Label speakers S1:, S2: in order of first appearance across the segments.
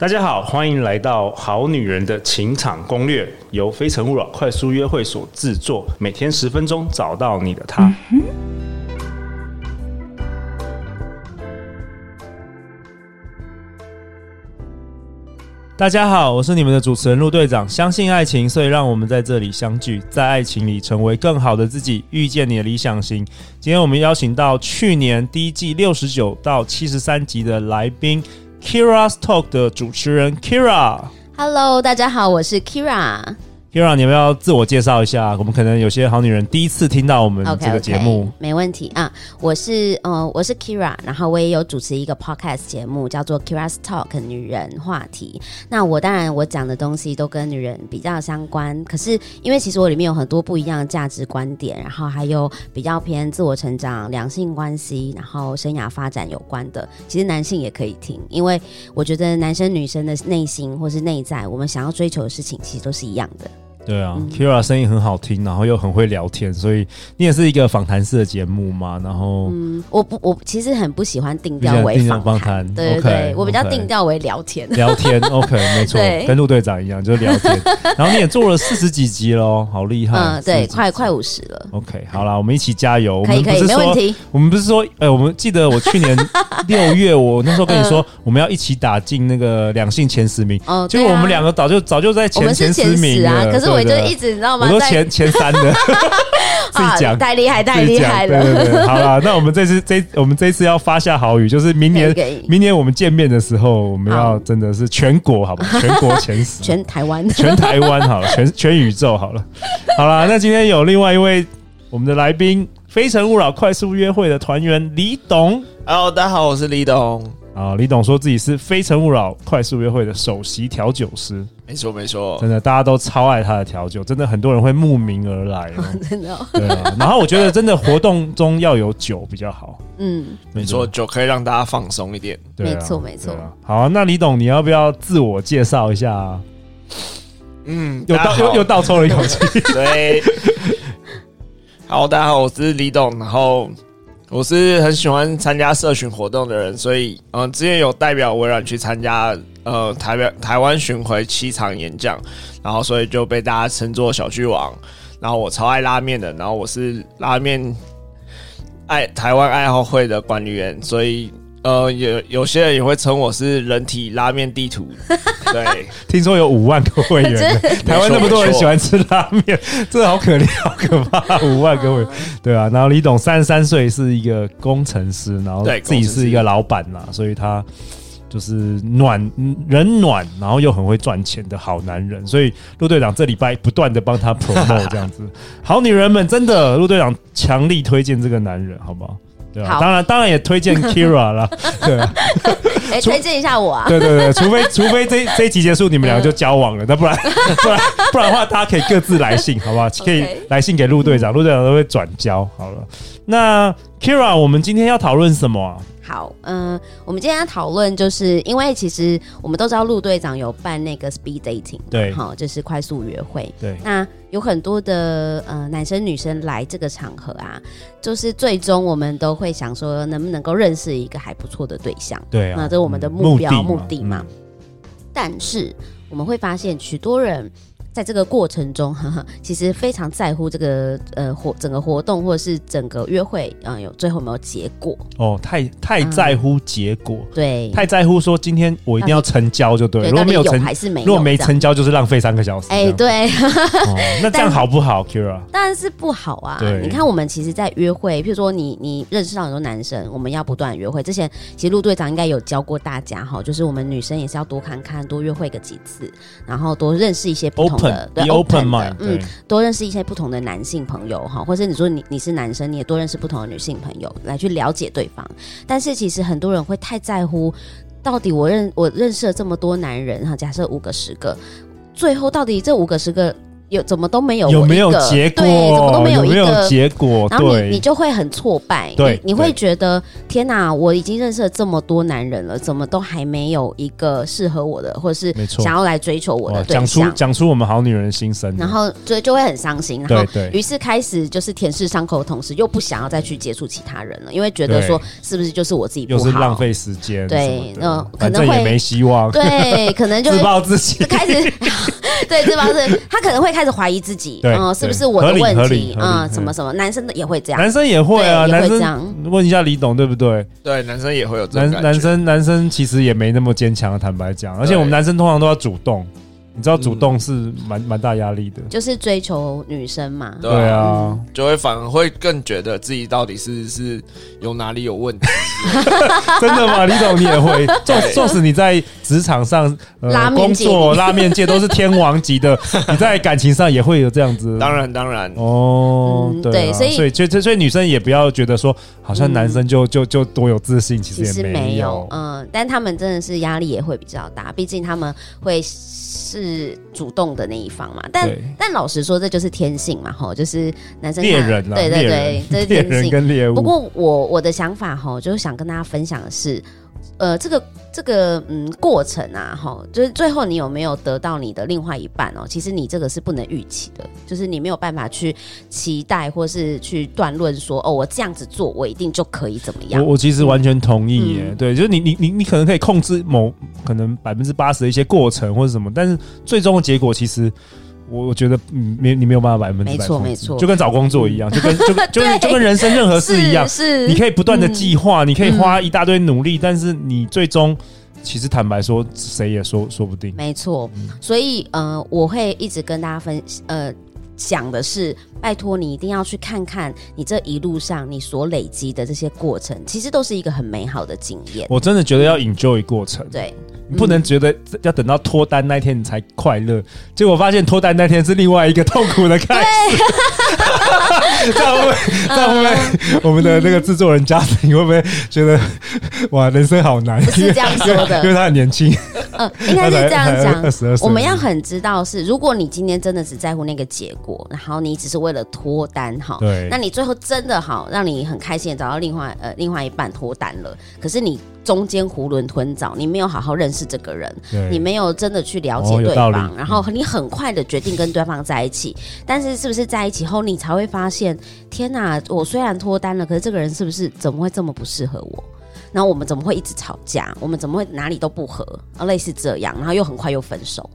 S1: 大家好，欢迎来到《好女人的情场攻略》，由非诚勿扰快速约会所制作，每天十分钟，找到你的他。大家好，我是你们的主持人陆队长。相信爱情，所以让我们在这里相聚，在爱情里成为更好的自己，遇见你的理想型。今天我们邀请到去年第一季六十九到七十三集的来宾 Kira's Talk 的主持人 Kira。
S2: Hello，大家好，我是 Kira。
S1: Kira，你要不要自我介绍一下？我们可能有些好女人第一次听到我们
S2: OK，
S1: 这个节目。
S2: 没问题啊。我是呃，我是 Kira，然后我也有主持一个 podcast 节目，叫做 Kira's Talk 女人话题。那我当然我讲的东西都跟女人比较相关，可是因为其实我里面有很多不一样的价值观点，然后还有比较偏自我成长、两性关系，然后生涯发展有关的。其实男性也可以听，因为我觉得男生女生的内心或是内在，我们想要追求的事情其实都是一样的。
S1: 对啊、k
S2: 嗯
S1: i r a 声音很好听，然后又很会聊天，所以你也是一个访谈式的节目嘛。然后，
S2: 我不，我其实很不喜欢定调
S1: 你喜欢
S2: 为
S1: 定调
S2: 访
S1: 访
S2: 谈
S1: 谈，
S2: 对对
S1: OK，
S2: 对我比较
S1: OK
S2: 定调为聊天。
S1: 聊 天，OK，没错
S2: 对，
S1: 跟陆队长一样，就是聊 天。然后你也做了四十几集喽，好厉害！
S2: 嗯，对，
S1: 40
S2: 快快五十了，
S1: OK，好啦，我们一起加油。我
S2: 可
S1: 们
S2: 以
S1: 不
S2: 可以，
S1: 是
S2: 没问
S1: 说，
S2: 题。
S1: 我们不是说，呃，我们记得我去 年六月，我那时候跟你说，我们要一起打进那个两性前十名，
S2: 嗯哦，
S1: 结果
S2: 对啊
S1: 我们两个早就早就在
S2: 我
S1: 前
S2: 们是
S1: 十
S2: 前
S1: 名
S2: 十啊，
S1: 了。
S2: 可是
S1: 对
S2: 我就
S1: 对
S2: 一直你知道
S1: 我
S2: 吗，
S1: 都
S2: 在啊
S1: 前前三 的，自己讲。
S2: 太厉害太
S1: 自己
S2: 厉
S1: 讲
S2: 害
S1: 对
S2: 了，
S1: 对对，好啦，那我们这次这我们这次要发下好语，就是明
S2: 可以
S1: 年
S2: 可以，
S1: 明年我们见面的时候，我们要
S2: 好
S1: 真的是全国，好吧？全国前 十，
S2: 全台湾
S1: 全台湾好了，全 全宇宙好了。好啦，那今天有另外一位我们的来宾，《非诚勿扰》快速约会的团员李董。
S3: Hello，大家好，我是李董。
S1: 啊，李董说自己是《非诚勿扰》快速约会的首席调酒师，
S3: 没错，没错
S1: 真，的大家都超爱他的调酒，真的很多人会慕名而来 哦。
S2: 真的哦，
S1: 对啊，然后我觉得真的活动中要有酒比较好，
S2: 嗯，
S3: 没错，酒可以让大家放松一点。
S1: 对啊
S2: 没错没错
S1: 对啊好啊，那李董，你要不要自我介绍一下啊？
S3: 嗯，
S1: 又
S3: 大家
S1: 倒
S3: 好
S1: 又又倒抽了一口气，
S3: 对。好，大家好，我是李董。然后我是很喜欢参加社群活动的人，所以嗯、呃之前有代表微软去参加呃台湾台湾巡回七场演讲，然后所以就被大家称作小巨王。然后我超爱拉面的，然后我是拉面爱台湾爱好会的管理员，所以。呃，有有些人也会称我是人体拉面地图，对，
S1: 听说有五万个 会员呢， 台湾那么多人喜欢吃拉面，真的好可怜，好可 怕，五万个会员，对啊。然后李董三十三岁是一个工程师，然后
S3: 对
S1: 自己
S3: 工程师
S1: 是一个老板啦，所以他就是暖嗯人暖，然后又很会赚钱的好男人。所以陆队长这礼拜不断的帮他 promote 这样 子，好女人们真的，陆队长强力推荐这个男人，好不好？对啊，
S2: 好
S1: 当然当然也推 荐 Kira 啦，对啊。
S2: 哎，推荐一下我啊，
S1: 对对对，除非除非这这一集结束，你们两个就交往了，那不然 不然不然的话，大家可以各自来信，好不好？可以来信给陆队长，陆队长都会转交。好了，那 Kira，我们今天要讨论什么啊？
S2: 好，嗯、我们今天要讨论，就是因为其实我们都知道陆队长有办那个 speed dating，嘛
S1: 对
S2: 好，就是快速约会。
S1: 对
S2: 那有很多的呃男生女生来这个场合啊，就是最终我们都会想说，能不能够认识一个还不错的对象，
S1: 对啊，
S2: 那这是我们的
S1: 嗯
S2: 目标
S1: 目嗯
S2: 目的嘛。但是我们会发现，许多人在这个过程中， 呵呵其实非常在乎这个呃活整个活动或者是整个约会，嗯、有最后有没有结果？
S1: 嗯哦，太太在乎结果，
S2: 对，
S1: 太在乎说今天我一定要成交就对了，
S2: 嗯对，
S1: 如果
S2: 到底
S1: 没有
S2: 有
S1: 成，
S2: 还是没有？
S1: 如果没
S2: 这样，
S1: 成交就是浪费三个小时。
S2: 哎、
S1: 这样，
S2: 对，
S1: 哦那这样好不好，Kira？
S2: 当然是不好啊
S1: 对。
S2: 你看，我们其实，在约会，譬如说你你认识到很多男生，我们要不断地约会。之前其实陆队长应该有教过大家哈，就是我们女生也是要多看看，多约会个几次，然后多认识一些不同
S1: Open，
S2: 的，
S1: be
S2: 对
S1: open
S2: 的
S1: mind，对
S2: 嗯，多认识一些不同的男性朋友哈，或者你说你你是男生，你也多认识不同的女性朋友，来去了解对方。但是其实很多人会太在乎，到底我认我认识了这么多男人哈，假设五个十个，最后到底这五个十个。有怎么都没有
S1: 有
S2: 我
S1: 没
S2: 一
S1: 有
S2: 个
S1: 结果？
S2: 对，怎么都没
S1: 有
S2: 一个
S1: 结果？
S2: 然后你你
S1: 对，
S2: 就会很挫败，
S1: 对
S2: 你你会
S1: 对
S2: 觉得天哪，我已经认识了这么多男人了，怎么都还没有一个适合我的，或者是
S1: 没错
S2: 想要来追求我
S1: 哇
S2: 的对
S1: 讲出
S2: 象，
S1: 讲出我们好女人的心声。
S2: 然后就就会很伤心，然
S1: 对
S2: 后
S1: 嗯对
S2: 于是开始就是舔舐伤口的同时，又不想要再去接触其他人了，因为觉得说
S1: 对
S2: 是不是就是我自己不
S1: 又
S2: 好，
S1: 是浪费时间什么的，
S2: 对那可
S1: 反
S2: 能
S1: 正也
S2: 会
S1: 没希望，
S2: 对，可能就
S1: 自
S2: 会
S1: 暴自弃
S2: 就。开始 对，这方是他可能会开始怀疑自己，
S1: 对
S2: 嗯，是不是我
S1: 合
S2: 的
S1: 理合
S2: 问
S1: 理
S2: 题
S1: 合理
S2: 嗯，
S1: 嗯
S2: 什么什么，男生的也会这样，
S1: 男生也会啊，
S2: 对也
S1: 男
S2: 会这
S1: 生
S2: 样
S1: 问一下李董对不对？
S3: 对，男生也会有这
S1: 男
S3: 种感觉。
S1: 男生男生其实也没那么坚强，坦白讲，而且我们男生通常都要主动，你知道
S3: 嗯
S1: 主动是蛮蛮大压力的。
S2: 就是追求女生嘛，
S3: 对
S1: 对啊
S2: 嗯，
S3: 就会反而会更觉得自己到底是是有哪里有问题。
S1: 真的吗？李总你也会，纵纵使你在职场上、呃
S2: 拉面
S1: 工
S2: 界
S1: 作、拉面界都是天王级的，你在感情上也会有这样子。
S3: 当然，当然，
S1: 嗯哦，
S2: 嗯
S1: 对啊，
S2: 对所以嗯
S1: 所以所以所以女生也不要觉得说，好像男生就、就就多有自信，其
S2: 其
S1: 实
S2: 实
S1: 也
S2: 没
S1: 有
S2: 有，。嗯，但他们真的是压力也会比较大，毕竟他们会是主动的那一方嘛。但
S1: 对
S2: 但老实说，这就是天性嘛，吼，就是男生
S1: 猎
S2: 看
S1: 人啊，
S2: 对对
S1: 猎
S2: 对
S1: 人，
S2: 这 是
S1: 猎
S2: 天
S1: 人
S2: 性。
S1: 跟猎物。
S2: 不过我我的想法吼，就是想跟大家分享的是，呃，这个这个嗯过程啊，吼，就是最后你有没有得到你的另外一半哦？其实你这个是不能预期的，就是你没有办法去期待或是去断论说，哦，我这样子做，我一定就可以怎么样
S1: 我。我其实完全同意耶，
S2: 嗯
S1: 对，就是你你你你可能可以控制某可能百分之八十的一些过程或者什么，但是最终的结果其实。我我觉得嗯没你没有办法百分之百
S2: 没错
S1: 控制
S2: 没错嗯
S1: 就跟找工作一样，就跟就跟就跟
S2: 对
S1: 就跟人生任何事一样，
S2: 是嗯
S1: 你可以不断的计划，你可以花一大堆努力，但是你最终其实坦白说，谁也说说不定。
S2: 没错，所以呃，我会一直跟大家分呃讲的是，拜托你一定要去看看你这一路上你所累积的这些过程，其实都是一个很美好的经验。
S1: 我真的觉得要 enjoy 过程，
S2: 对，
S1: 你不能觉得要等到脱单那天你才快乐，结果发现脱单那天是另外一个痛苦的开始。 这样会不会？这样
S2: 嗯
S1: 会不会？我们的那个制作人家庭会不会觉得哇，人生好难？
S2: 不是这样说 的
S1: 因为他很年轻，
S2: 呃，应该是这样
S1: 二十二
S2: 讲
S1: 岁，
S2: 我们要很知道是，如果你今天真的只在乎那个结果，然后你只是为了脱单哈，
S1: 对
S2: 那你最后真的好让你很开心地找到另外呃另外一半脱单了，可是你中间囫囵吞枣，你没有好好认识这个人，
S1: 对
S2: 你没有真的去了解
S1: 哦有
S2: 对
S1: 道
S2: 方，
S1: 理
S2: 然后你很快的决定跟对方在一起，但是是不是在一起后你才会发现，天哪，我虽然脱单了，可是这个人是不是怎么会这么不适合我？然后我们怎么会一直吵架？我们怎么会哪里都不合？啊，类似这样，然后又很快又分手。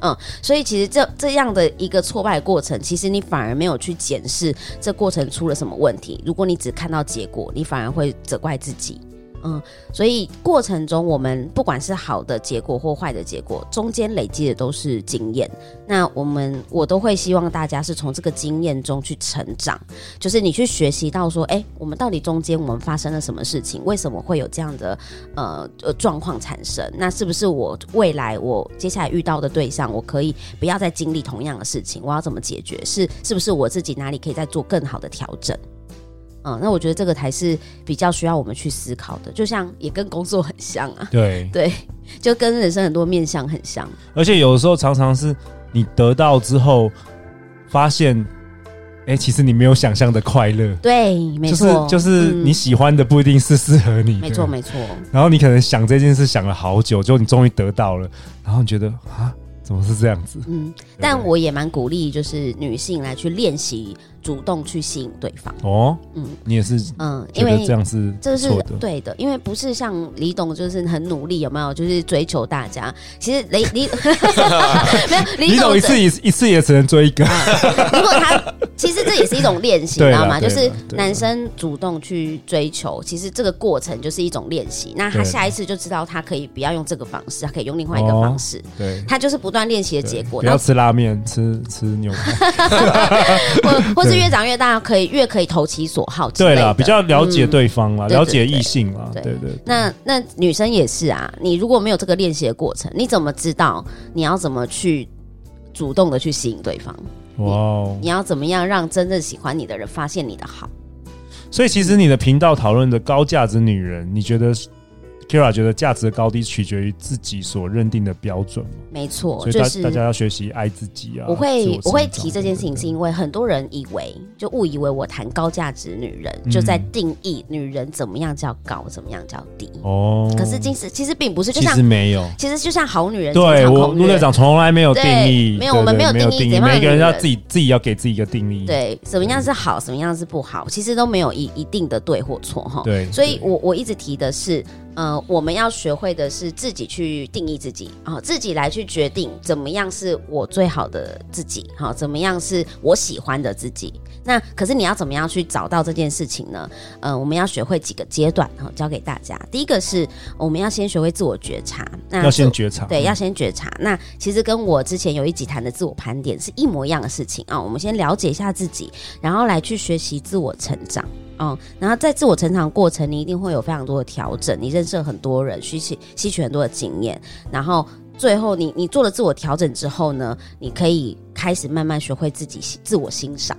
S2: 嗯，所以其实这这样的一个挫败过程，其实你反而没有去检视这过程出了什么问题。如果你只看到结果，你反而会责怪自己。嗯，所以过程中我们不管是好的结果或坏的结果，中间累积的都是经验。那我们我都会希望大家是从这个经验中去成长，就是你去学习到说，哎、我们到底中间我们发生了什么事情，为什么会有这样的呃呃状况产生？那是不是我未来我接下来遇到的对象，我可以不要再经历同样的事情？我要怎么解决？是是不是我自己哪里可以再做更好的调整？嗯，那我觉得这个才是比较需要我们去思考的，就像也跟工作很像啊，
S1: 对，
S2: 对，就跟人生很多面向很像。
S1: 而且有的时候常常是你得到之后，发现，哎、其实你没有想象的快乐。
S2: 对，没
S1: 就是
S2: 错，
S1: 就是
S2: 嗯
S1: 你喜欢的不一定是适合你的，
S2: 没错没错，
S1: 然后你可能想这件事想了好久，就你终于得到了，然后你觉得啊，怎么是这样子？
S2: 嗯，但我也蛮鼓励，就是女性来去练习主动去吸引对方，
S1: 哦，
S2: 嗯
S1: 你也是
S2: 嗯，
S1: 觉
S2: 因
S1: 得
S2: 为
S1: 这样是
S2: 这是
S1: 错的，
S2: 对的，因为不是像李董就是很努力，有没有？就是追求大家，其实雷 李 没有
S1: 你
S2: 李
S1: 总一
S2: 董是啊
S1: 次一一次也只能追一个，
S2: 如果他其实这也是一种练 习，
S1: 对
S2: 你
S1: 啦
S2: 知道吗？
S1: 对
S2: 就
S1: 啦
S2: 是
S1: 对啦
S2: 男生主动去追求，其实这个过程就是一种练习。那
S1: 对
S2: 他
S1: 啦
S2: 下一次就知道他可以不要用这个方式，他可以用另外一个方式。
S1: 对。
S2: 他就是不断练习的
S1: 哦对
S2: 结果，
S1: 不要吃拉面，吃吃牛 排。
S2: 或或是
S1: 对
S2: 越长越大，可以越可以投其所好之类
S1: 对
S2: 的。
S1: 啦，比较了解
S2: 嗯
S1: 对方啦，
S2: 对对
S1: 了解异性啦，对
S2: 对
S1: 对对。
S2: 那那女生也是啊，你如果没有这个练习的过程，你怎么知道你要怎么去主动的去吸引对方？
S1: 哇哦！
S2: 你要怎么样让真正喜欢你的人发现你的好？
S1: 所以其实你的频道讨论的高价值女人，你觉得 Kira 觉得价值的高低取决于自己所认定的标准嘛，
S2: 没错，
S1: 所以
S2: 就
S1: 大
S2: 是
S1: 大家要学习爱自己啊。
S2: 我
S1: 自
S2: 会
S1: 成
S2: 我会
S1: 长
S2: 提这件事情，
S1: 等
S2: 是
S1: 等
S2: 因为很多人以为就误以为我谈高价值女人、
S1: 嗯
S2: 就在定义女人怎么样叫高，怎么样叫低。
S1: 哦，
S2: 可是其实其实并不是，就
S1: 其
S2: 像
S1: 实没有。
S2: 其实就像好女人，
S1: 对
S2: 情场
S1: 我
S2: 好女
S1: 陆队
S2: 人，
S1: 长从来没有定
S2: 对
S1: 义，
S2: 没有
S1: 对
S2: 我们
S1: 对
S2: 没有
S1: 没有
S2: 定义
S1: 定
S2: 怎么样
S1: 每
S2: 的
S1: 个人
S2: 女
S1: 要
S2: 人
S1: 自己自己要给自己一个定义。
S2: 对什么
S1: 嗯
S2: 样是好，什么样是不好，其实都没有一一定的对或错哈。
S1: 对
S2: 所以
S1: 对
S2: 我我一直提的是，呃，我们要学会的是自己去定义自己啊、自己来去决定怎么样是我最好的自己，好、怎么样是我喜欢的自己。那可是你要怎么样去找到这件事情呢？呃，我们要学会几个阶段，好、教给大家。第一个是我们要先学会自我觉察，那
S1: 要先
S2: 自
S1: 觉察。
S2: 对，
S1: 嗯
S2: 要先觉察。那其实跟我之前有一集谈的自我盘点是一模一样的事情啊、我们先了解一下自己，然后来去学习自我成长。嗯，然后在自我成长过程，你一定会有非常多的调整，你认识了很多人，吸取吸取很多的经验，然后最后你你做了自我调整之后呢，你可以开始慢慢学会自己欣自我欣赏。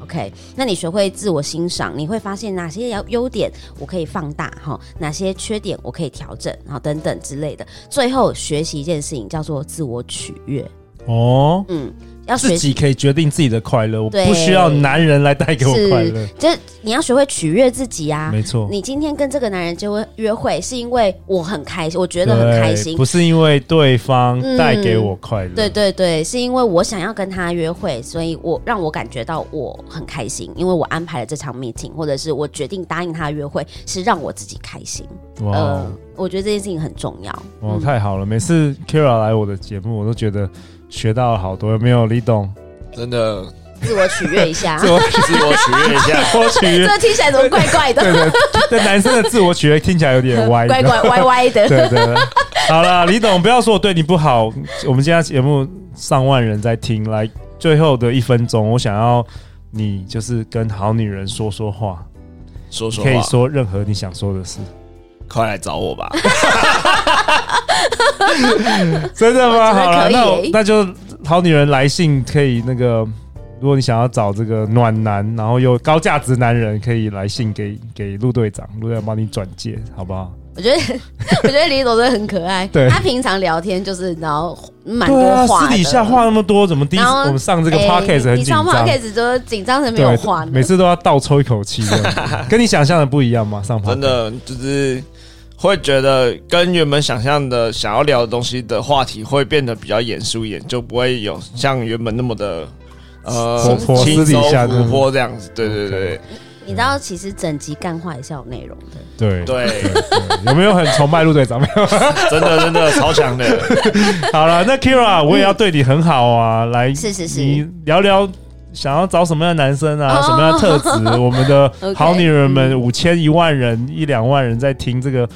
S2: OK，那你学会自我欣赏，你会发现哪些优优点我可以放大哈，哪些缺点我可以调整，然后等等之类的。最后学习一件事情叫做自我取悦，
S1: 哦，
S2: 嗯，要学
S1: 自己可以决定自己的快乐，我
S2: 对
S1: 不需要男人来带给我快乐。
S2: 就是你要学会取悦自己啊。
S1: 没错，
S2: 你今天跟这个男人结婚约会，是因为我很开心，我觉
S1: 觉
S2: 得很开心嗯
S1: 不。是因为对方带给我快乐。
S2: 对对对，是因为我想要跟他约会，所以我让我感觉到我很开心，因为我安排了这场 meeting，或者是我决定答应他约会，是让我自己开心。
S1: 哇哦
S2: 呃，我觉得这件事情很重要。嗯
S1: 哇，太好了！每次 Kira 来我的节目，我都觉得学到了好多。有没有李董？
S3: 真的
S2: 自我取悦一下，
S1: 自我。
S3: 自我取悦一下
S1: 自我 取悦，
S2: 这听起来怎么怪怪
S1: 对
S2: 的？
S1: 对，对男生的自我取悦听起来有点 歪，
S2: 怪
S1: 你知道
S2: 怪歪歪 的。
S1: 对对对，好了，李董，不要说我对你不好。我们今天节目上万人在听，来最后的一分钟，我想要你就是跟好女人说说话，
S3: 说说
S1: 可以
S3: 话，
S1: 说任何你想说的 事。
S3: 快来找我 吧。
S1: 真的吗？
S2: 我觉得
S1: 好了，
S2: 可以
S1: 那我那就好女人来信可以那个，如果你想要找这个暖男，然后又高价值男人，可以来信给给陆队长，陆队长帮你转介，好不好？
S2: 我觉得，我觉得李总真的很可爱。
S1: 对
S2: 他平常聊天就是然后蛮
S1: 对啊，
S2: 多话的，
S1: 私底下话那么多，怎么第一次
S2: 然后
S1: 我们上这个
S2: 哎
S1: podcast 很
S2: 你
S1: 紧
S2: 上
S1: 张？啊
S2: podcast 都紧张成没
S1: 对，
S2: 有话呢
S1: 每。次都要倒抽一口气这样子，跟你想象的不一样吗？上
S3: 真的就是会觉得跟原本想象的想要聊的东西的话题会变得比较严肃一点，就不会有像原本那么的
S1: 活
S3: 呃
S1: 泼
S3: 轻
S1: 私
S3: 松
S1: 底下的
S3: 活泼这样子。对对对
S2: 你知道，其实整集干话也是有内容的。
S1: 对
S3: 对，
S1: 对有没有很崇拜陆队长？没 有。
S3: 真的真的超强的。
S1: 好了，那 Kira 我也要对你很好啊，来，
S2: 嗯是是是
S1: 你聊聊。想要找什么样的男生啊？
S2: 哦
S1: 什么样的特 质？我们的
S2: OK，嗯
S1: 好女人们，五千、一万人、一两万人在听这个，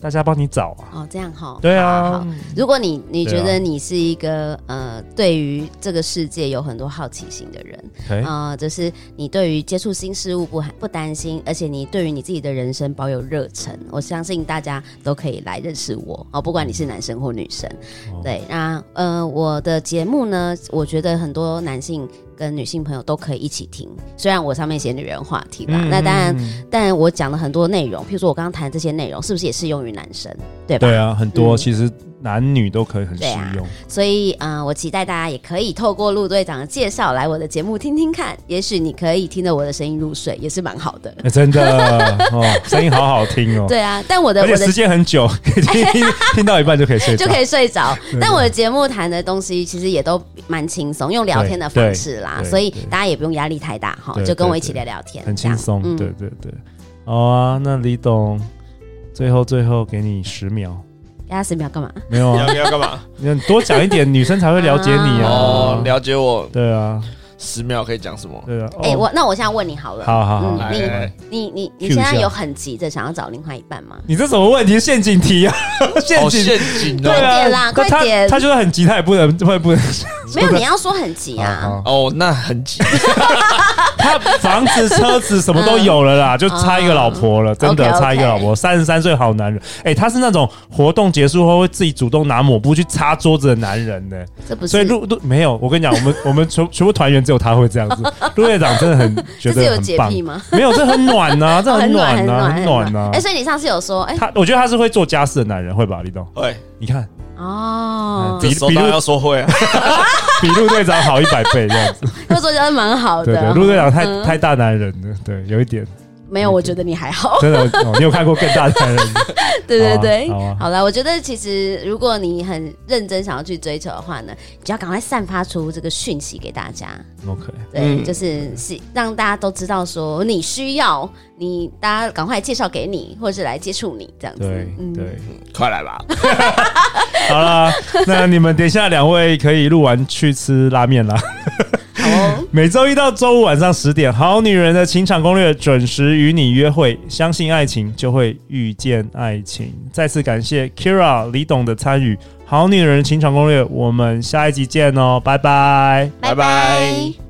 S1: 大家帮你找啊。
S2: 哦，这样哈。
S1: 对
S2: 好好
S1: 啊
S2: 好，如果你你觉
S1: 对啊
S2: 得你是一个、呃，对于这个世界有很多好奇心的人，
S1: 哎，
S2: 啊、就是你对于接触新事物不不担心，而且你对于你自己的人生保有热忱，我相信大家都可以来认识我哦，不管你是男生或女生。
S1: 哦
S2: 对，那呃，我的节目呢，我觉得很多男性跟女性朋友都可以一起听，虽然我上面写女人话题啦，
S1: 嗯
S2: 那当然，
S1: 嗯
S2: 但我讲了很多内容，譬如说我刚刚谈的这些内容，是不是也适用于男生？对吧？
S1: 对啊，很多
S2: 嗯
S1: 其实男女都可以很适
S2: 对啊
S1: 用。
S2: 所以，嗯、我期待大家也可以透过陆队长的介绍来我的节目听听看，也许你可以听着我的声音入睡，也是蛮好的。
S1: 哎真 的哦，声音好好听哦。
S2: 对啊，但我的
S1: 而且
S2: 我的
S1: 时间很 久，听听听到一半就可以睡着，
S2: 就可以睡着
S1: 对。
S2: 但我的节目谈的东西其实也都蛮轻松，用聊天的方式啦，
S1: 对对
S2: 所以
S1: 对
S2: 大家也不用压力太大哈
S1: 对，
S2: 就跟我
S1: 对
S2: 一起
S1: 对
S2: 聊聊天，
S1: 很轻松。
S2: 这样嗯哎
S1: 对，对对，好啊，那李董，最后最后给你十秒，
S2: 给他十秒干嘛？
S1: 没有
S3: 你
S1: 啊
S3: 要？你要干嘛？
S1: 你多讲一点，女生才会了解你
S3: 哦
S1: 啊，。
S3: 了解我
S1: 对啊，
S3: 十秒可以讲什么？
S1: 对啊。
S2: 哎，
S1: 哦
S2: 我那我现在问你好了，
S1: 好好好
S2: 嗯
S1: 来
S3: 来来来
S2: 你你你你
S1: Cue
S2: 现在
S1: 一下
S2: 有很急的想要找另外一半吗？
S1: 你这什么问题？陷阱题啊，陷
S3: 哦，
S1: 阱。
S3: 陷阱
S1: 对
S3: 哦，
S2: 快
S1: 啊，
S2: 点啦
S1: 那
S2: 快
S1: 他
S2: 点
S1: 他就是很急，他也不能，他也不能，
S2: 没有，你要说很急啊。
S1: 好好
S3: 哦，那 很急，
S1: 他房子、车子什么都有了啦，就差一个老婆了，真的
S2: 嗯哦 OK，OK
S1: 差一个老婆。三十三岁好男人，哎，他是那种活动结束后会自己主动拿抹布去擦桌子的男人呢。
S2: 这不
S1: 所以
S2: 是，
S1: 陆陆没有，我跟你讲，我们 我们全全部团员只有他会这样 子。陆队长真的很觉
S2: 这是
S1: 得
S2: 有
S1: 很
S2: 洁
S1: 棒，
S2: 癖吗？哦
S1: 没有，这很暖 呐，这暖呐，
S2: 很
S1: 暖啊呐
S2: 哎、。所以你上次有说，哎、
S1: 他我觉得他是会做家事的男人，会吧，李董？
S3: 会
S1: 你 看
S2: 哦，
S1: 比
S3: 这时候当然要说会啊，
S1: 比陆队长好一百倍这样子。
S2: 那作家蛮好
S1: 对对，
S2: 的。
S1: 陆队长太
S2: 嗯
S1: 太大男人了，对，有一点
S2: 没有，我觉得你还好。
S1: 真的，哦你有看过更大的男人？
S2: 对对对，
S1: 好啊好啊
S2: 好了，我觉得其实如果你很认真想要去追求的话呢，你就要赶快散发出这个讯息给大家。
S1: OK，
S2: 对，
S3: 嗯
S2: 就是是让大家都知道说你需要你，大家赶快介绍给你，或者是来接触你这样子。
S1: 对对，
S3: 快来吧！
S1: 好啦，那你们等一下两位可以录完去吃拉面啦。
S2: 好哦，
S1: 每周一到周五晚上十点，《好女人的情场攻略》准时与你约会。相信爱情，就会遇见爱情。再次感谢 Kira、李董的参与，《好女人的情场攻略》，我们下一集见哦，拜拜。
S3: 拜拜